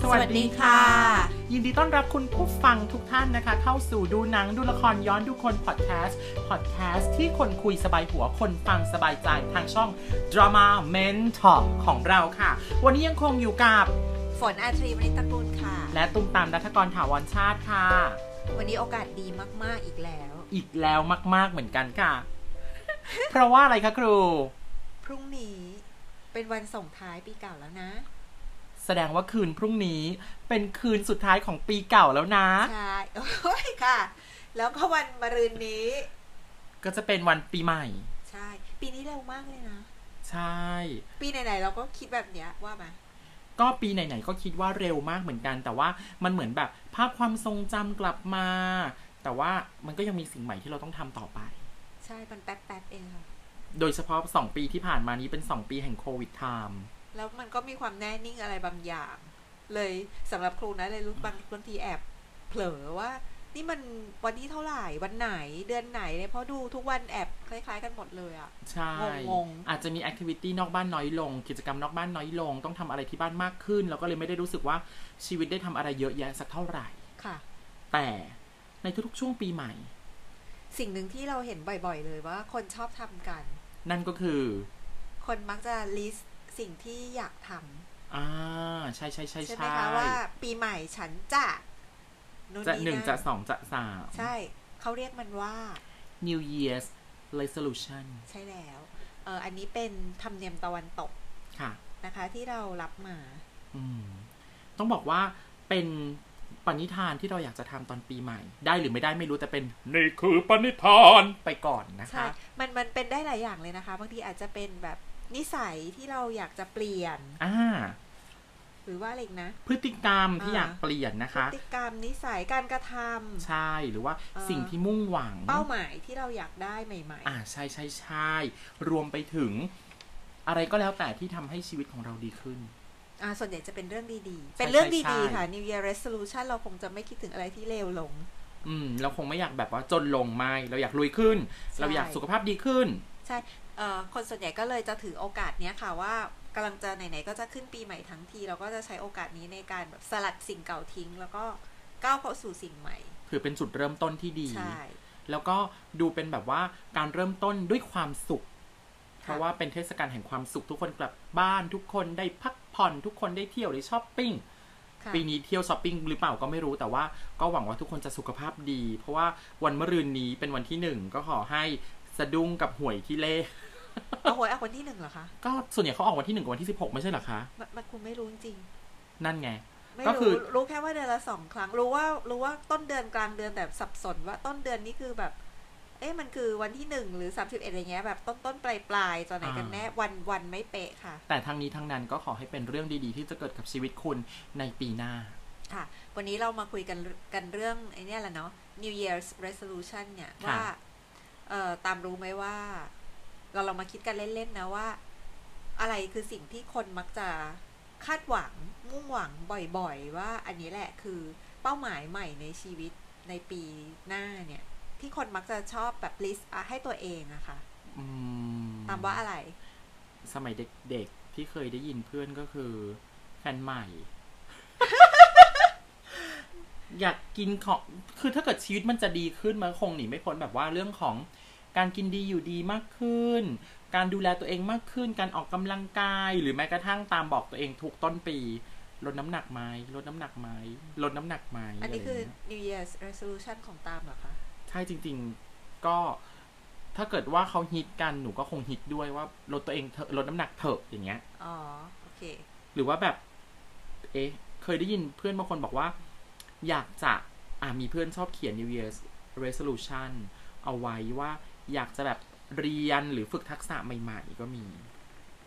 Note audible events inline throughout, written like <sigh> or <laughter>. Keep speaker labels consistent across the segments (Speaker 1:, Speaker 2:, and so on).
Speaker 1: สวัสดีค่ะ
Speaker 2: ยินดีต้อนรับคุณผู้ฟังทุกท่านนะคะ เข้าสู่ดูหนังดูละครย้อนดูคนพอดแคสต์พอดแคสต์ที่คนคุยสบายหัวคนฟังสบายใจทางช่อง Drama Mentor ของเราค่ะ วันนี้ยังคงอยู่กับ
Speaker 1: ฝนอาทรีมณิตตระกูลค่ะ
Speaker 2: และตุ้มตามรัฐกรถาวรชาติค่ะ
Speaker 1: วันนี้โอกาสดีมาก ๆ อีกแล้ว
Speaker 2: อีกแล้วมากๆเหมือนกันค่ะ เพราะว่าอะไรคะครู
Speaker 1: พรุ่งนี้เป็นวันส่งท้ายปีเก่าแล้วนะ
Speaker 2: แสดงว่าคืนพรุ่งนี้เป็นคืนสุดท้ายของปีเก่าแล้วนะ
Speaker 1: ใช่ <laughs> โอ้ยค่ะ แล้วก็วันมะรืนนี้
Speaker 2: ก็จะเป็นวันปีใหม่
Speaker 1: ใช่ ปีนี้เร็วมากเลยนะ
Speaker 2: ใช่
Speaker 1: ปีไหน ๆ เราก็คิดแบบเนี้ยว่ามา
Speaker 2: ก็ปีไหนๆก็คิดว่าเร็วมากเหมือนกัน แต่ว่ามันเหมือนแบบภาพความทรงจำกลับมา แต่ว่ามันก็ยังมีสิ่งใหม่ที่เราต้องทำต่อไป
Speaker 1: ใช่มันแป๊บ ๆ เองค่ะ
Speaker 2: โดยเฉพาะ 2 ปีที่ผ่านมานี้เป็น 2 ปีแห่งโควิดไทม์
Speaker 1: แล้วมันก็มีความแน่นิ่งอะไรบางอย่าง เลยสำหรับครูนะเลยรู้บางบางทีแอบเผลอว่า นี่มันวันที่เท่าไหร่วันไหนเดือนไหนเนี่ยเพราะดูทุกวันแอบคล้ายๆ กันหมดเลยอะ
Speaker 2: ใช่
Speaker 1: งงๆ
Speaker 2: อาจจะมีแอคทิวิตี้นอกบ้านน้อยลง กิจกรรมนอกบ้านน้อยลง ต้องทำอะไรที่บ้านมากขึ้น แล้วก็เลยไม่ได้รู้สึกว่าชีวิตได้ทำอะไรเยอะแยะสักเท่าไหร่
Speaker 1: ค่ะ
Speaker 2: แต่ในทุกๆช่วงปีใหม่
Speaker 1: สิ่งหนึ่งที่เราเห็นบ่อยๆ เลยว่าคนชอบทำกัน
Speaker 2: นั่นก็คือ
Speaker 1: คนมักจะ list สิ่งที่อยากทำ
Speaker 2: อ่าใช่ใช่ใช่
Speaker 1: ใช่ไหม
Speaker 2: ใช่
Speaker 1: คะว่าปีใหม่ฉันจะนู่น
Speaker 2: จะ
Speaker 1: นี่
Speaker 2: หนึ่งจะ
Speaker 1: นั่น
Speaker 2: สองจะสาม
Speaker 1: ใช่เขาเรียกมันว่า
Speaker 2: New Year's Resolution
Speaker 1: ใช่แล้วเอออันนี้เป็นธรรมเนียมตะวันตก
Speaker 2: ค่ะ
Speaker 1: นะคะ ที่เรารับมา
Speaker 2: อืม ต้องบอกว่าเป็นปณิธานที่เราอยากจะทำตอนปีใหม่ ได้หรือไม่ได้ไม่รู้แต่เป็น นี่คือปณิธานไปก่อนนะ
Speaker 1: ใช่
Speaker 2: คะ
Speaker 1: มันมันเป็นได้หลายอย่างเลยนะคะ บางทีอาจจะเป็นแบบนิสัยที่เราอยากจะเปลี่ยน
Speaker 2: อ่า
Speaker 1: หรือว่าอะไรอีกนะ
Speaker 2: พฤติกรรมที่
Speaker 1: อ่า
Speaker 2: อยากเปลี่ยนนะ
Speaker 1: พฤ
Speaker 2: คะ
Speaker 1: ติกรรมนิสัยการกระทำ
Speaker 2: ใช่ หรือว่า
Speaker 1: อ่า
Speaker 2: สิ่งที่มุ่งหวัง
Speaker 1: เป้าหมายที่เราอยากได้ใหม่
Speaker 2: อ่า ใช่ใช่ใช่รวมไปถึง อะไรก็แล้วแต่ที่ทำให้ชีวิตของเราดีขึ้น
Speaker 1: ๆ อ่าส่วนใหญ่จะเป็นเรื่องดีๆ
Speaker 2: ใช่
Speaker 1: เป็นเรื่อง
Speaker 2: ใช่
Speaker 1: ดี
Speaker 2: ใช่
Speaker 1: ๆ ค่ะ New Year Resolution เราคงจะไม่คิดถึงอะไรที่เลวลง
Speaker 2: อืม เราคงไม่อยากแบบว่าจนลงไม่ เราอยากรวยขึ้น เราอยากสุขภาพดีขึ้น
Speaker 1: ใช่เอ่อคนส่วนใหญ่ก็เลยจะถือโอกาสเนี้ยค่ะว่ากำลังจะไหนๆก็จะขึ้นปีใหม่ทั้งที เราก็จะใช้โอกาสนี้ในการแบบสลัดสิ่งเก่าทิ้ง แล้วก็ก้าวเข้าสู่สิ่งใหม่
Speaker 2: ถือเป็นจุดเริ่มต้นที่ดี
Speaker 1: ใช่
Speaker 2: แล้วก็ดูเป็นแบบว่าการเริ่มต้นด้วยความสุข เพราะว่าเป็นเทศกาลแห่งความสุขทุกคนกลับบ้านทุกคนได้พักผ่อนทุกคนได้เที่ยวได้ช้อปปิ้ง
Speaker 1: ค่ะ
Speaker 2: ปีนี้เที่ยวช้อปปิ้งหรือเปล่าก็ไม่รู้แต่ว่าก็หวังว่าทุกคนจะสุขภาพดี เพราะว่าวันมะรืนนี้เป็นวันที่หนึ่งก็ขอให้สะดุ้งกับหวยที่เลข
Speaker 1: เอาหวยเอาคนที่หนึ่งเหรอคะ
Speaker 2: ก็ส่วนใหญ่เขาออกวันที่หนึ่งกับวันที่สิบหกไม่ใช่เหรอคะ
Speaker 1: มันมันคุณไม่รู้จริงๆ
Speaker 2: นั่นไง
Speaker 1: ไม่
Speaker 2: ก็คื
Speaker 1: รู้
Speaker 2: อ
Speaker 1: รู้แค่ว่าเดือนละสองครั้ง รู้ว่ารู้ว่าต้นเดือนกลางเดือนแต่สับสนว่าต้นเดือนนี่คือแบบ เอ๊ะมันคือวันที่หนึ่งหรือสามสิบเอ็ดอะไรเงี้ยแบบต้นต้นปลายปลายๆตอนไหนกันแน่วันวันไม่เป๊ะค่ะ
Speaker 2: แต่ทั้งนี้ทั้งนั้นก็ขอให้เป็นเรื่องดีๆ ที่จะเกิดกับชีวิตคุณในปีหน้า
Speaker 1: ค่ะ วันนี้เรามาคุยกันกันเรื่องไอ้เนี่ยแหละเนาะ New Year's Resolution เนี่ย
Speaker 2: ค่ะ
Speaker 1: ว่าเอ่อตามรู้ไหมว่า เราลองมาคิดกันเล่น ๆ นะว่า อะไรคือสิ่งที่คนมักจะคาดหวังมุ่งหวังบ่อยๆ ว่าอันนี้แหละคือเป้าหมายใหม่ในชีวิตในปีหน้าเนี่ย ที่คนมักจะชอบแบบ list อ่ะให้ตัวเองอะค่ะ
Speaker 2: อืม
Speaker 1: ตามว่าอะไร
Speaker 2: สมัยเด็กๆ ที่เคยได้ยินเพื่อนก็คือ แฟนใหม่ <laughs> อยากกินของ คือถ้าเกิดชีวิตมันจะดีขึ้นมันคงหนีไม่พ้นแบบว่าเรื่องของการกินดีอยู่ดีมากขึ้น การดูแลตัวเองมากขึ้น การออกกำลังกาย หรือแม้กระทั่งตามบอกตัวเองทุกต้นปี ลดน้ำหนักไหมลดน้ำหนักไหมลดน้ำหนักไหม
Speaker 1: อันนี้
Speaker 2: ะไร
Speaker 1: คือ
Speaker 2: ย่าง
Speaker 1: New
Speaker 2: เงี้ย
Speaker 1: Year's Resolution ของตามเหรอคะ
Speaker 2: ใช่จริง ๆ ก็ถ้าเกิดว่าเขาฮิตกันหนูก็คงฮิตด้วยว่าลดตัวเองเถอะลดน้ำหนักเถอะอย่างเงี้ย
Speaker 1: อ๋อ โอเค
Speaker 2: หรือว่าแบบ เอ๊ะ เคยได้ยินเพื่อนบางคนบอกว่า อยากจะอ่ามีเพื่อนชอบเขียน New Year's Resolution เอาไว้ว่าอยากจะแบบเรียนหรือฝึกทักษะใหม่ๆ ก็มี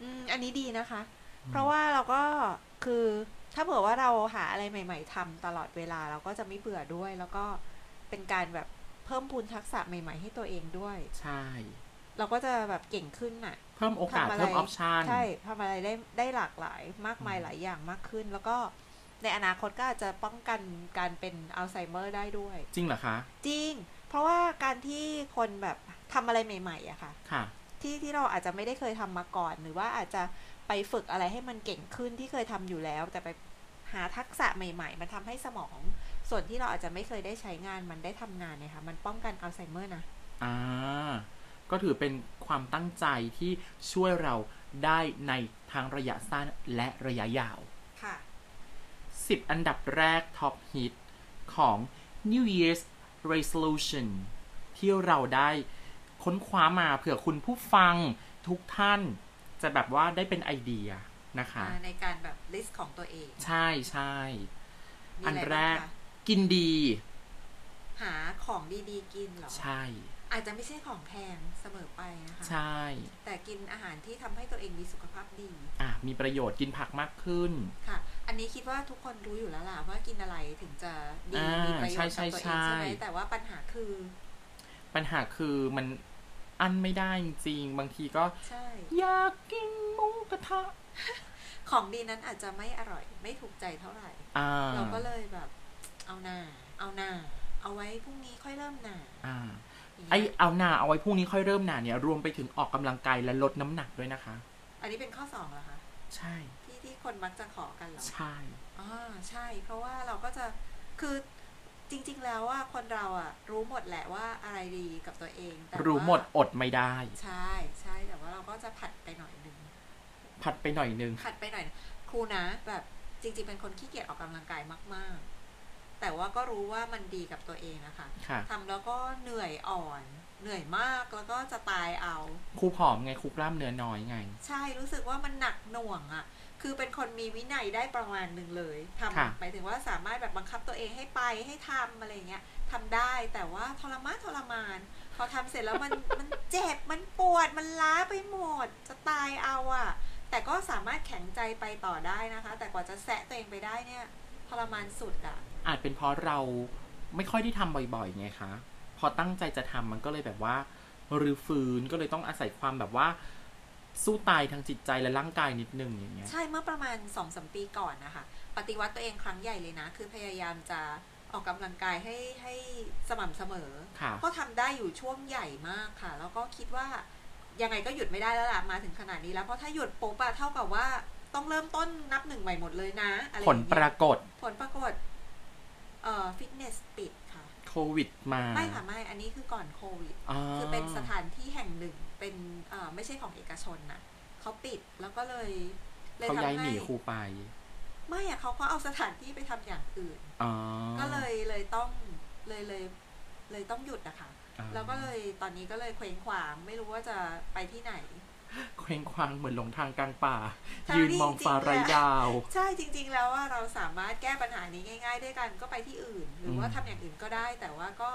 Speaker 1: อืมอันนี้ดีนะคะ เพราะว่าเราก็คือถ้าเผื่อว่าเราหาอะไรใหม่ ๆทำตลอดเวลาเราก็จะไม่เบื่อด้วย แล้วก็เป็นการแบบเพิ่มพูนทักษะใหม่ ๆ ให้ตัวเองด้วย
Speaker 2: ใช่
Speaker 1: เราก็จะแบบเก่งขึ้นน่ะ
Speaker 2: เพิ่มโอกาส
Speaker 1: ทำอะไร
Speaker 2: เพิ่มออปชัน
Speaker 1: ใช่ทำอะไรได้ได้หลากหลายมากมายหลายอย่างมากขึ้น แล้วก็ในอนาคตก็อาจจะป้องกันการเป็นอัลไซเมอร์ได้ด้วย
Speaker 2: จริงเหรอคะ
Speaker 1: จริง เพราะว่าการที่คนแบบทำอะไรใหม่ๆอะค่ะ
Speaker 2: ค่ะ
Speaker 1: ที่ที่เราอาจจะไม่ได้เคยทำมาก่อน หรือว่าอาจจะไปฝึกอะไรให้มันเก่งขึ้นที่เคยทำอยู่แล้ว แต่ไป หาทักษะใหม่ ๆ มันทำให้สมอง ส่วนที่เราอาจจะไม่เคยได้ใช้งานมันได้ทำงานเนี่ยค่ะ มันป้องกันอัลไซเมอร์นะ
Speaker 2: อ่า ก็ถือเป็นความตั้งใจที่ช่วยเราได้ในทางระยะสั้นและระยะยาว
Speaker 1: ค่ะ
Speaker 2: 10 อันดับแรกท็อปฮิตของ New Year's Resolution ที่เราได้ค้นคว้ามาเผื่อคุณผู้ฟังทุกท่านจะแบบว่าได้เป็นไอเดียนะคะ
Speaker 1: ในการแบบลิสต์ของตัวเอง
Speaker 2: ใช่ใช่
Speaker 1: มี
Speaker 2: อั
Speaker 1: อะ
Speaker 2: น
Speaker 1: ไบ้างคะ
Speaker 2: แรกกินดี
Speaker 1: หาของดีๆกินเหรอ
Speaker 2: ใช่
Speaker 1: อาจจะไม่ใช่ของแพงเสมอไปนะคะ
Speaker 2: ใช่
Speaker 1: แต่กินอาหารที่ทำให้ตัวเองมีสุขภาพดี
Speaker 2: อ่ะมีประโยชน์กินผักมากขึ้น
Speaker 1: ค่ะ อันนี้คิดว่าทุกคนรู้อยู่แล้วล่ะว่ากินอะไรถึงจะดี
Speaker 2: อ่ามี
Speaker 1: มีประโยชน์
Speaker 2: ใช่
Speaker 1: กับตัวเองใช่
Speaker 2: ใช่
Speaker 1: ไหม
Speaker 2: ใช่
Speaker 1: แต่ว่าปัญหาคือ
Speaker 2: ปัญหาคือมันอั้นไม่ได้จริงๆบางทีก็
Speaker 1: ใช่
Speaker 2: อยากกินหมูกระทะ
Speaker 1: ของดีนั้นอาจจะไม่อร่อย ไม่ถูกใจเท่าไหร่
Speaker 2: อ่า
Speaker 1: เราก็เลยแบบ เอาหน้า เอาหน้า เอาไว้พรุ่งนี้ค่อยเริ่มหน้า
Speaker 2: อ่า
Speaker 1: อย่าง
Speaker 2: ไอ
Speaker 1: เงี้ย
Speaker 2: เอาหนาเอาไว้พรุ่งนี้ค่อยเริ่มหนาเนี่ย รวมไปถึงออกกำลังกายและลดน้ำหนักด้วยนะคะ
Speaker 1: อันนี้เป็นข้อสองเหรอคะ
Speaker 2: ใช่
Speaker 1: ที่ที่คนมักจะขอกันเหรอ
Speaker 2: ใช่
Speaker 1: อ่าใช่ เพราะว่าเราก็จะคือจริง ๆ แล้วว่าคนเราอะรู้หมดแหละว่าอะไรดีกับตัวเอง แต่ว่า
Speaker 2: รู้หมดอดไม่ได้
Speaker 1: ใช่ใช่แต่ว่าเราก็จะผัดไปหน่อยหนึง
Speaker 2: ผัดไปหน่อยนึง
Speaker 1: ผัดไปหน่อยหนึ่งครูนะแบบจริง ๆ เป็นคนขี้เกียจออกกำลังกายมาก ๆ แต่ว่าก็รู้ว่ามันดีกับตัวเองนะคะ
Speaker 2: ค่ะ
Speaker 1: ทำแล้วก็เหนื่อยอ่อน เหนื่อยมากแล้วก็จะตายเอา
Speaker 2: ครูผอมไงครูกล้ามเนื้อน้อยไง
Speaker 1: ใช่รู้สึกว่ามันหนักหน่วงอะ่ะ คือเป็นคนมีวินัยได้ประมาณหนึ่งเลยท
Speaker 2: ค่ะ
Speaker 1: ำหมายถึงว่าสามารถแบบบังคับตัวเองให้ไปให้ทำอะไรเงี้ยทำได้แต่ว่าทรมานทรมาน พอทำเสร็จแล้วมัน <laughs> มันเจ็บมันปวดมันล้าไปหมด จะตายเอาอะ่ะ แต่ก็สามารถแข็งใจไปต่อได้นะคะ แต่กว่าจะแสะตัวเองไปได้เนี่ยทรมานสุดอ่ะ
Speaker 2: อาจเป็นเพราะเราไม่ค่อยได้ทำบ่อยๆไงคะ พอตั้งใจจะทำมันก็เลยแบบว่ารื้อฟื้นก็เลยต้องอาศัยความแบบว่า สู้ตายทางจิตใจและร่างกายนิดนึงอย่างเงี้ย
Speaker 1: ใช่เมื่อประมาณ2อสมปีก่อนนะคะ ปฏิวัติตัวเองครั้งใหญ่เลยนะ คือพยายามจะออกกำลังกายให้ให้สม่ำเสมอ
Speaker 2: ค่ะ
Speaker 1: ก็ทำได้อยู่ช่วงใหญ่มากค่ะ แล้วก็คิดว่ายังไงก็หยุดไม่ได้แล้วล่ะ มาถึงขนาดนี้แล้ว เพราะถ้าหยุดปุ๊บอะเท่ากับว่าต้องเริ่มต้นนับหนึ่งใหม่หมดเลยนะ อะไรอ
Speaker 2: ผล
Speaker 1: ย่าง
Speaker 2: ป
Speaker 1: เงี้ย
Speaker 2: รากฏ
Speaker 1: ผลปรากฏเอ่อฟิตเนสปิดค่ะ
Speaker 2: โควิดมา
Speaker 1: ไม่ค่ะไม่ อันนี้คือก่อนโควิด
Speaker 2: า
Speaker 1: คือเป็นสถานที่แห่งหนึ่งเป็นเอ่อไม่ใช่ของเอกชนนะเขาปิดแล้วก็เลยเลย
Speaker 2: เขาย้าย
Speaker 1: ทำ
Speaker 2: ห
Speaker 1: ให้
Speaker 2: นีครูไป
Speaker 1: ไม่อะเขาก็เอาสถานที่ไปทำอย่างอื่น
Speaker 2: อ๋อ
Speaker 1: ก็เลยเลยต้องเลยเลยเลยต้องหยุดนะคะ
Speaker 2: อ่า
Speaker 1: แล้วก็เลยตอนนี้ก็เลยเคว้งขวางไม่รู้ว่าจะไปที่ไหน
Speaker 2: เคว้งคว้างเหมือนหลงทางกลางป่า
Speaker 1: ใช่
Speaker 2: ยืนมองฟ้า
Speaker 1: จริงๆ
Speaker 2: ไร้ดาว
Speaker 1: ใช่จริง ๆ แล้วว่าเราสามารถแก้ปัญหานี้ง่าย ๆ ด้วยกันก็ไปที่อื่น หรือว่า
Speaker 2: อืม
Speaker 1: ทำอย่างอื่นก็ได้ แต่ว่าก็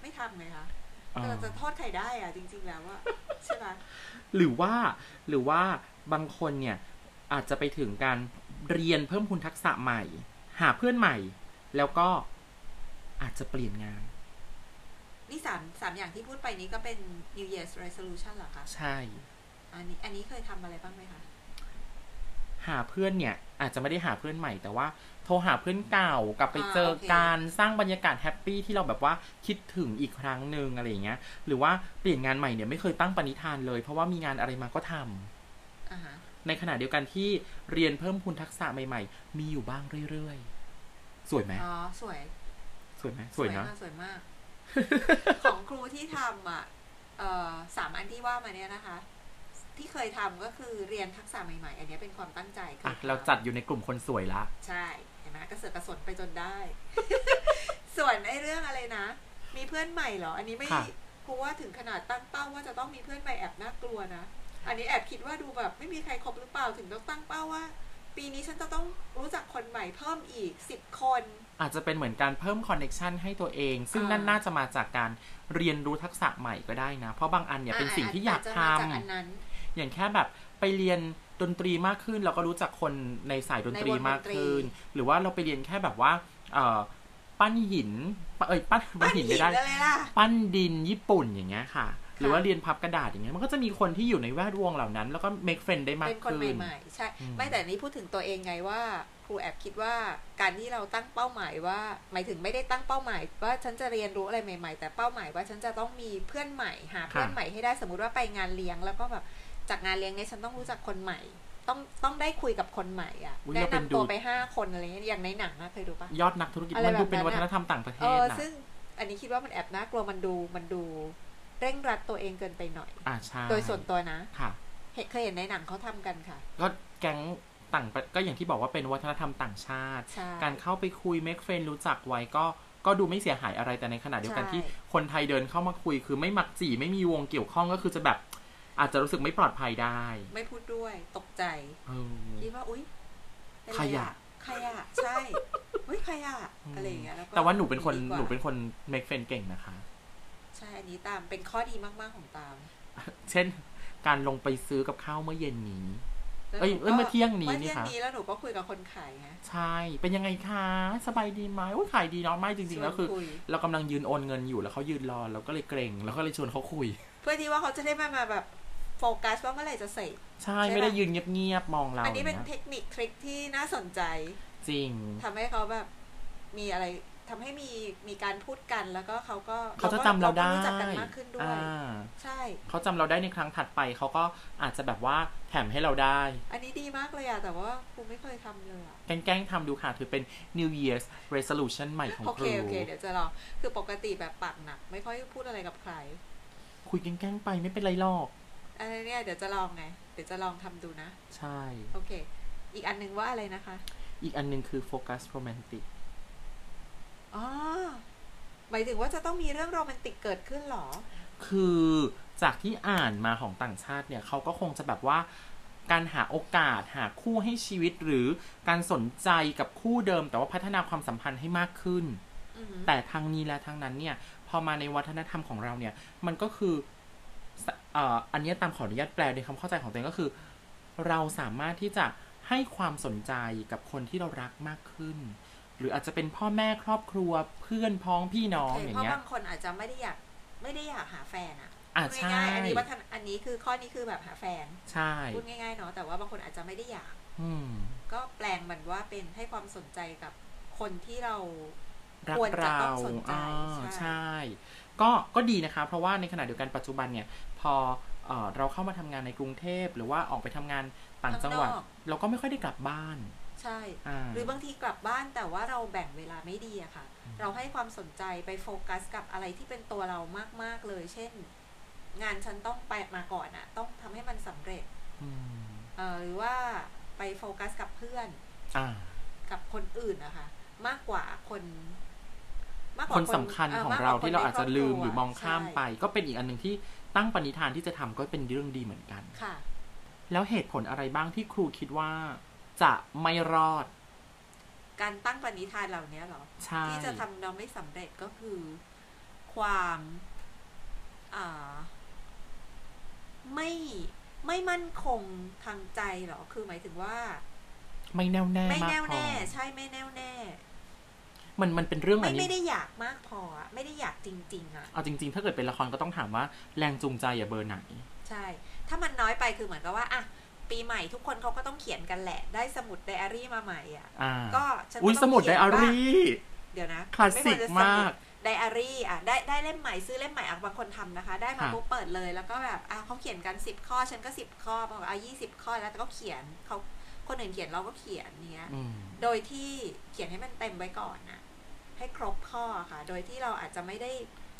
Speaker 1: ไม่ทำไงคะ
Speaker 2: เออ
Speaker 1: เราจะโทษใครได้อะจ <laughs> ริง ๆ แล้วว่า ใช่ไหม
Speaker 2: หรือว่าหรือว่าบางคนเนี่ยอาจจะไปถึงการเรียนเพิ่มคุณทักษะใหม่ หาเพื่อนใหม่ แล้วก็อาจจะเปลี่ยนงาน
Speaker 1: นี่สามสามอย่างที่พูดไปนี้ก็เป็น New Year's Resolution เหรอคะ
Speaker 2: ใช่
Speaker 1: อันนี้อันนี้เคยทำอะไรบ้างไหมคะ
Speaker 2: หาเพื่อนเนี่ยอาจจะไม่ได้หาเพื่อนใหม่ แต่ว่าโทรหาเพื่อนเก่ากลับไปเจอการสร้างบรรยากาศแฮปปี้ที่เราแบบว่าคิดถึงอีกครั้งหนึ่งอะไรอย่างเงี้ย หรือว่าเปลี่ยนงานใหม่เนี่ยไม่เคยตั้งปณิธานเลย เพราะว่ามีงานอะไรมาก็ทำ
Speaker 1: อ่าฮะ
Speaker 2: ในขณะเดียวกันที่เรียนเพิ่มพูนทักษะใหม่ๆ มีอยู่บ้างเรื่อยๆ สวยไหม
Speaker 1: อ๋อสวย
Speaker 2: สวยไหม สวยนะ
Speaker 1: มากสวยมาก
Speaker 2: <laughs>
Speaker 1: ของครูที่ทำอ่ะเอ่อสามอันที่ว่ามาเนี้ยนะคะ ที่เคยทำก็คือเรียนทักษะใหม่ๆ อันเนี้ยเป็นความตั้งใจคื
Speaker 2: อ่ะ
Speaker 1: ทำ
Speaker 2: เราจัดอยู่ในกลุ่มคนสวยละ
Speaker 1: ใช่เห็นไหมกระเสือกกระสนไปจนได้ <laughs> ส่วนไอ้เรื่องอะไรนะ มีเพื่อนใหม่เหรอ อันนี้ไม่
Speaker 2: ค่ะ
Speaker 1: ครูว่าถึงขนาดตั้งเป้าว่าจะต้องมีเพื่อนใหม่แอบน่ากลัวนะ อันนี้แอบคิดว่าดูแบบ ไม่มีใครครบหรือเปล่าถึงต้องตั้งเป้าว่า ปีนี้ฉันจะต้องรู้จักคนใหม่เพิ่มอีกสิบคน
Speaker 2: อาจจะเป็นเหมือนการเพิ่มคอนเน็ชันให้ตัวเอง ซึ่ง
Speaker 1: อ่านั่
Speaker 2: นั่นน่าจะมาจากการเรียนรู้ทักษะใหม่ก็ได้นะ เพราะบางอันเนี่ยเป็นสิ่งที่อยาก
Speaker 1: จจะ
Speaker 2: ท
Speaker 1: มจากอันนั้น
Speaker 2: ำอย่างแค่แบบไปเรียนดนตรีมากขึ้น เราก็รู้จักคนในสายดนตรี
Speaker 1: ในวงดนตรี
Speaker 2: มากขึ้น หรือว่าเราไปเรียนแค่แบบว่า เอ่อ ปั้นหิน เอ้ย ปั้น <laughs> ปั้นหินไม่ได้
Speaker 1: อะไรล่ะ
Speaker 2: ปั้นดินญี่ปุ่นอย่างเงี้ยค่ะ หรือว่าเรียนพับกระดาษอย่างเงี้ยมันก็จะมีคนที่อยู่ในแวดวงเหล่านั้น แล้วก็ make friend ได้มาก
Speaker 1: เป็นคน
Speaker 2: ขึ้น
Speaker 1: ใหม่ๆ ใช่
Speaker 2: อืม
Speaker 1: ไม่แต่นี้พูดถึงตัวเองไงว่า ครูแอบคิดว่าการที่เราตั้งเป้าหมายว่า หมายถึงไม่ได้ตั้งเป้าหมาย ว่าฉันจะเรียนรู้อะไรใหม่ ๆ แต่เป้าหมายว่าฉันจะต้องมีเพื่อนใหม่หาเพื่อนใหม่ให้ได้สมมติว่าไปงานเลี้ยงแล้วก็แบบจากงานเลี้ยงเนี้ยฉันต้องรู้จักคนใหม่ ต้องต้องได้คุยกับคนใหม่อ่ะ
Speaker 2: อุ๊ย
Speaker 1: แนะ
Speaker 2: เราเป็น
Speaker 1: นำ
Speaker 2: ดู
Speaker 1: ตัวไปห้าคนอะไรเงี้ยอย่างในหนังนะเคยดูปะ
Speaker 2: ยอดนักธุรกิจ
Speaker 1: อะไร
Speaker 2: มันดูเป็น
Speaker 1: แบบนั้นอะ
Speaker 2: วัฒนธรรมต่างประเท
Speaker 1: เอ
Speaker 2: ศ
Speaker 1: อ
Speaker 2: นะ
Speaker 1: ซึ่งอันนี้คิดว่ามันแอบน่ากลัวมันดูมันดูเร่งรัดตัวเองเกินไปหน่อย
Speaker 2: อ่าใช่
Speaker 1: โดยส่วนตัวนะ
Speaker 2: ค่ะ
Speaker 1: เห็นเคยเห็นในหนังเขาทำกันค่ะ
Speaker 2: ก็แก๊งต่างประก็อย่างที่บอกว่าเป็นวัฒนธรรมต่างชาติ
Speaker 1: ใช่
Speaker 2: การเข้าไปคุย make friend รู้จักไว้ก็ก็ดูไม่เสียหายอะไรแต่ในขณะเดียวกัน
Speaker 1: ใช่
Speaker 2: ที่คนไทยเดินเข้ามาคุย คือไม่มักจีไม่มีวงเกี่ยวข้องก็คือจะแบบ อาจจะรู้สึกไม่ปลอดภัยได้
Speaker 1: ไม่พูดด้วยตกใจ
Speaker 2: เออ
Speaker 1: คิดว่าอุ๊ยเป็น
Speaker 2: ใคร
Speaker 1: ไร
Speaker 2: อะ
Speaker 1: อะใครอะใช่อุ๊ยใครอะอะไรอย่างเงี้ยแล้วก็
Speaker 2: แต่ว่าหนูเป็นคน
Speaker 1: ดีกว่า
Speaker 2: หนูเป็นคน make friend เก่งนะคะ
Speaker 1: ใช่อันนี้ตามเป็นข้อดีมากๆของตาม
Speaker 2: เช่น การลงไปซื้อกับข้าวเมื่อเย็นนี้
Speaker 1: แล้ว
Speaker 2: เอ้ย
Speaker 1: หนู
Speaker 2: เอ้ย
Speaker 1: ก็
Speaker 2: เมื่อเที่ยงนี้
Speaker 1: เมื่อ
Speaker 2: นี่
Speaker 1: เที่ยง
Speaker 2: ค่ะ
Speaker 1: นี้แล้วหนูก็คุยกับคนขายไง
Speaker 2: ใช่ เป็นยังไงคะ สบายดีไหมโอ้ยขายดีเนาะไม่จริง ๆ แล้วคือ
Speaker 1: ชนย
Speaker 2: เรากำลังยืนโอนเงินอยู่แล้วเขายืนรอเราก็เลยเกรงแล้วก็เลยชวนเขาคุย
Speaker 1: เพื่อที่ว่าเขาจะได้มามาแบบโฟกัสว่าเมื่อไหร่จะเสร็จ
Speaker 2: ใช่
Speaker 1: ใช่ปะ
Speaker 2: ไม่ได้ยืนเงียบๆมองเรา
Speaker 1: อันนี้เป็น
Speaker 2: อย่าง
Speaker 1: เท
Speaker 2: งี้ย
Speaker 1: คนิคทริคที่น่าสนใจ
Speaker 2: จริง
Speaker 1: ทำให้เขาแบบมีอะไรทำให้มีมีการพูดกันแล้วก็เขาก็
Speaker 2: เขาจะจำเราได้
Speaker 1: ก็รู้จักกันมากขึ้นด้วย
Speaker 2: อ่า
Speaker 1: ใช่
Speaker 2: เขาจำเราได้ในครั้งถัดไปเขาก็อาจจะแบบว่าแถมให้เราได้
Speaker 1: อันนี้ดีมากเลยอะแต่ว่ากูไม่เคยทำเลยอะ
Speaker 2: แกล้งๆทำดูค่ะ ถือเป็น New Year's Resolution ใหม่ของ
Speaker 1: โอ
Speaker 2: ค
Speaker 1: เค
Speaker 2: รู
Speaker 1: โอเค เดี๋ยวจะลอง คือปกติแบบปากหนัก ไม่ค่อยพูดอะไรกับใคร
Speaker 2: คุยแกล้งๆไปไม่เป็นไรหรอก
Speaker 1: อันนี้เนี่ยเดี๋ยวจะลองไง เดี๋ยวจะลองทำดูนะ
Speaker 2: ใช่
Speaker 1: โอเค อีกอันหนึงว่าอะไรนะคะ
Speaker 2: อีกอันหนึงคือ Focus Romantic
Speaker 1: อ๋อ หมายถึงว่าจะต้องมีเรื่องโรแมนติกเกิดขึ้นเหรอ
Speaker 2: คือจากที่อ่านมาของต่างชาติเนี่ยเขาก็คงจะแบบว่าการหาโอกาสหาคู่ให้ชีวิตหรือการสนใจกับคู่เดิม แต่ว่าพัฒนาความสัมพันธ์ให้มากขึ้น
Speaker 1: อือหือ
Speaker 2: แต่ทางนี้และทางนั้นเนี่ย พอมาในวัฒนธรรมของเราเนี่ย มันก็คือสเอ่ออันเนี้ยตามขออนุญาตแปลในคำเข้าใจของตัวเองก็คือ เราสามารถที่จะให้ความสนใจกับคนที่เรารักมากขึ้น หรืออาจจะเป็นพ่อแม่ครอบครัวเพื่อนพ้องพี่น้อง
Speaker 1: โอเค
Speaker 2: อย่า
Speaker 1: เพ
Speaker 2: ง
Speaker 1: ราะ
Speaker 2: เงี้ย
Speaker 1: บางคนอาจจะไม่ได้อยาก ไม่ได้อยากหาแฟนอะ
Speaker 2: อ่ะ
Speaker 1: พูด
Speaker 2: ใช่
Speaker 1: ง่ายๆอันนี้ว่าทนอันนี้คือข้อนี้คือแบบหาแฟน
Speaker 2: ใช่
Speaker 1: พูดง่ายๆเนาะ แต่ว่าบางคนอาจจะไม่ได้อยาก
Speaker 2: อืม
Speaker 1: ก็แปลงมันว่าเป็นให้ความสนใจกับคนที่เรา
Speaker 2: รัก
Speaker 1: ควรจะ
Speaker 2: เรา
Speaker 1: ต้องสนใจ
Speaker 2: อ่า
Speaker 1: ใช่
Speaker 2: ใช่ ก็ก็ดีนะคะ เพราะว่าในขณะเดียวกันปัจจุบันเนี่ย พอเอ่อเราเข้ามาทำงานในกรุงเทพ หรือว่าออกไปทำงานต่างจังหวัด เราก็ไม่ค่อยได้กลับบ้าน
Speaker 1: ใช่
Speaker 2: อ่า
Speaker 1: หรือบางทีกลับบ้านแต่ว่าเราแบ่งเวลาไม่ดีอะค่ะ เราให้ความสนใจไปโฟกัสกับอะไรที่เป็นตัวเรามาก ๆ เลย เช่น งานฉันต้องไปมาก่อนอะต้องทำให้มันสำเร็จ
Speaker 2: อืม
Speaker 1: เอ่อหรือว่าไปโฟกัสกับเพื่อน
Speaker 2: อ่า
Speaker 1: กับคนอื่นนะคะมากกว่าคน
Speaker 2: คนสำคัญ
Speaker 1: เ
Speaker 2: ของ
Speaker 1: มกกว่
Speaker 2: เรา
Speaker 1: คน
Speaker 2: ที่เราอาจจะ
Speaker 1: ในคบค
Speaker 2: ลืมหรือมองข้ามไป
Speaker 1: ใช่
Speaker 2: ก็เป็นอีกอันหนึ่งที่ตั้งปณิธานที่จะทำก็เป็นเรื่องดีเหมือนกัน
Speaker 1: ค่ะ
Speaker 2: แล้วเหตุผลอะไรบ้างที่ครูคิดว่า จะไม่รอด
Speaker 1: การตั้งปณิธานเหล่านี้เหรอ
Speaker 2: ใช่
Speaker 1: ที่จะทำเราไม่สำเร็จก็คือ ความอ่าไม่ไม่มั่นคงทางใจเหรอ คือหมายถึงว่า
Speaker 2: ไม่แน่วแน่
Speaker 1: ไม่
Speaker 2: มาก
Speaker 1: แน่ว
Speaker 2: พอ
Speaker 1: แน่ ใช่ไม่แน่วแน่
Speaker 2: มันมันเป็นเรื่องอั
Speaker 1: ไม่
Speaker 2: นนี้
Speaker 1: ไม่ได้อยากมากพออะไม่ได้อยากจริง ๆ อ่ะ
Speaker 2: เอาจริงๆ ถ้าเกิดเป็นละครก็ต้องถามว่าแรงจูงใจอย่าเบอร์ไหน
Speaker 1: ใช่ ถ้ามันน้อยไปคือเหมือนกับว่าอ่ะปีใหม่ทุกคนเขาก็ต้องเขียนกันแหละ ได้สมุดไดอารี่มาใหม่อ่ะ
Speaker 2: อ่า
Speaker 1: ก็ฉัน
Speaker 2: อุ้ย
Speaker 1: ก็
Speaker 2: ส
Speaker 1: ต้ง
Speaker 2: มุดได
Speaker 1: เขียน
Speaker 2: อา
Speaker 1: บ้ง
Speaker 2: รี่
Speaker 1: เดี๋ยวนะ
Speaker 2: คลาสสิก
Speaker 1: ไวรจะ
Speaker 2: มาก
Speaker 1: ไดอารี่อ่ะได้ได้เล่มใหม่ซื้อเล่มใหม่อ่ะบางคนทำนะคะ ได้มา
Speaker 2: ค่ะ
Speaker 1: ปุ๊บเปิดเลย แล้วก็แบบอ่ะเขาเขียนกันสิบข้อฉันก็สิบข้อบอกอ่ะยี่สิบข้อแล้วก็เขียนเขาคนอื่นเขียนเราก็เขียนเนี้ย
Speaker 2: อืม
Speaker 1: โดยที่เขียนให้มันเต็มไว้ก่อนนะให้ครบข้อค่ะ โดยที่เราอาจจะไม่ได้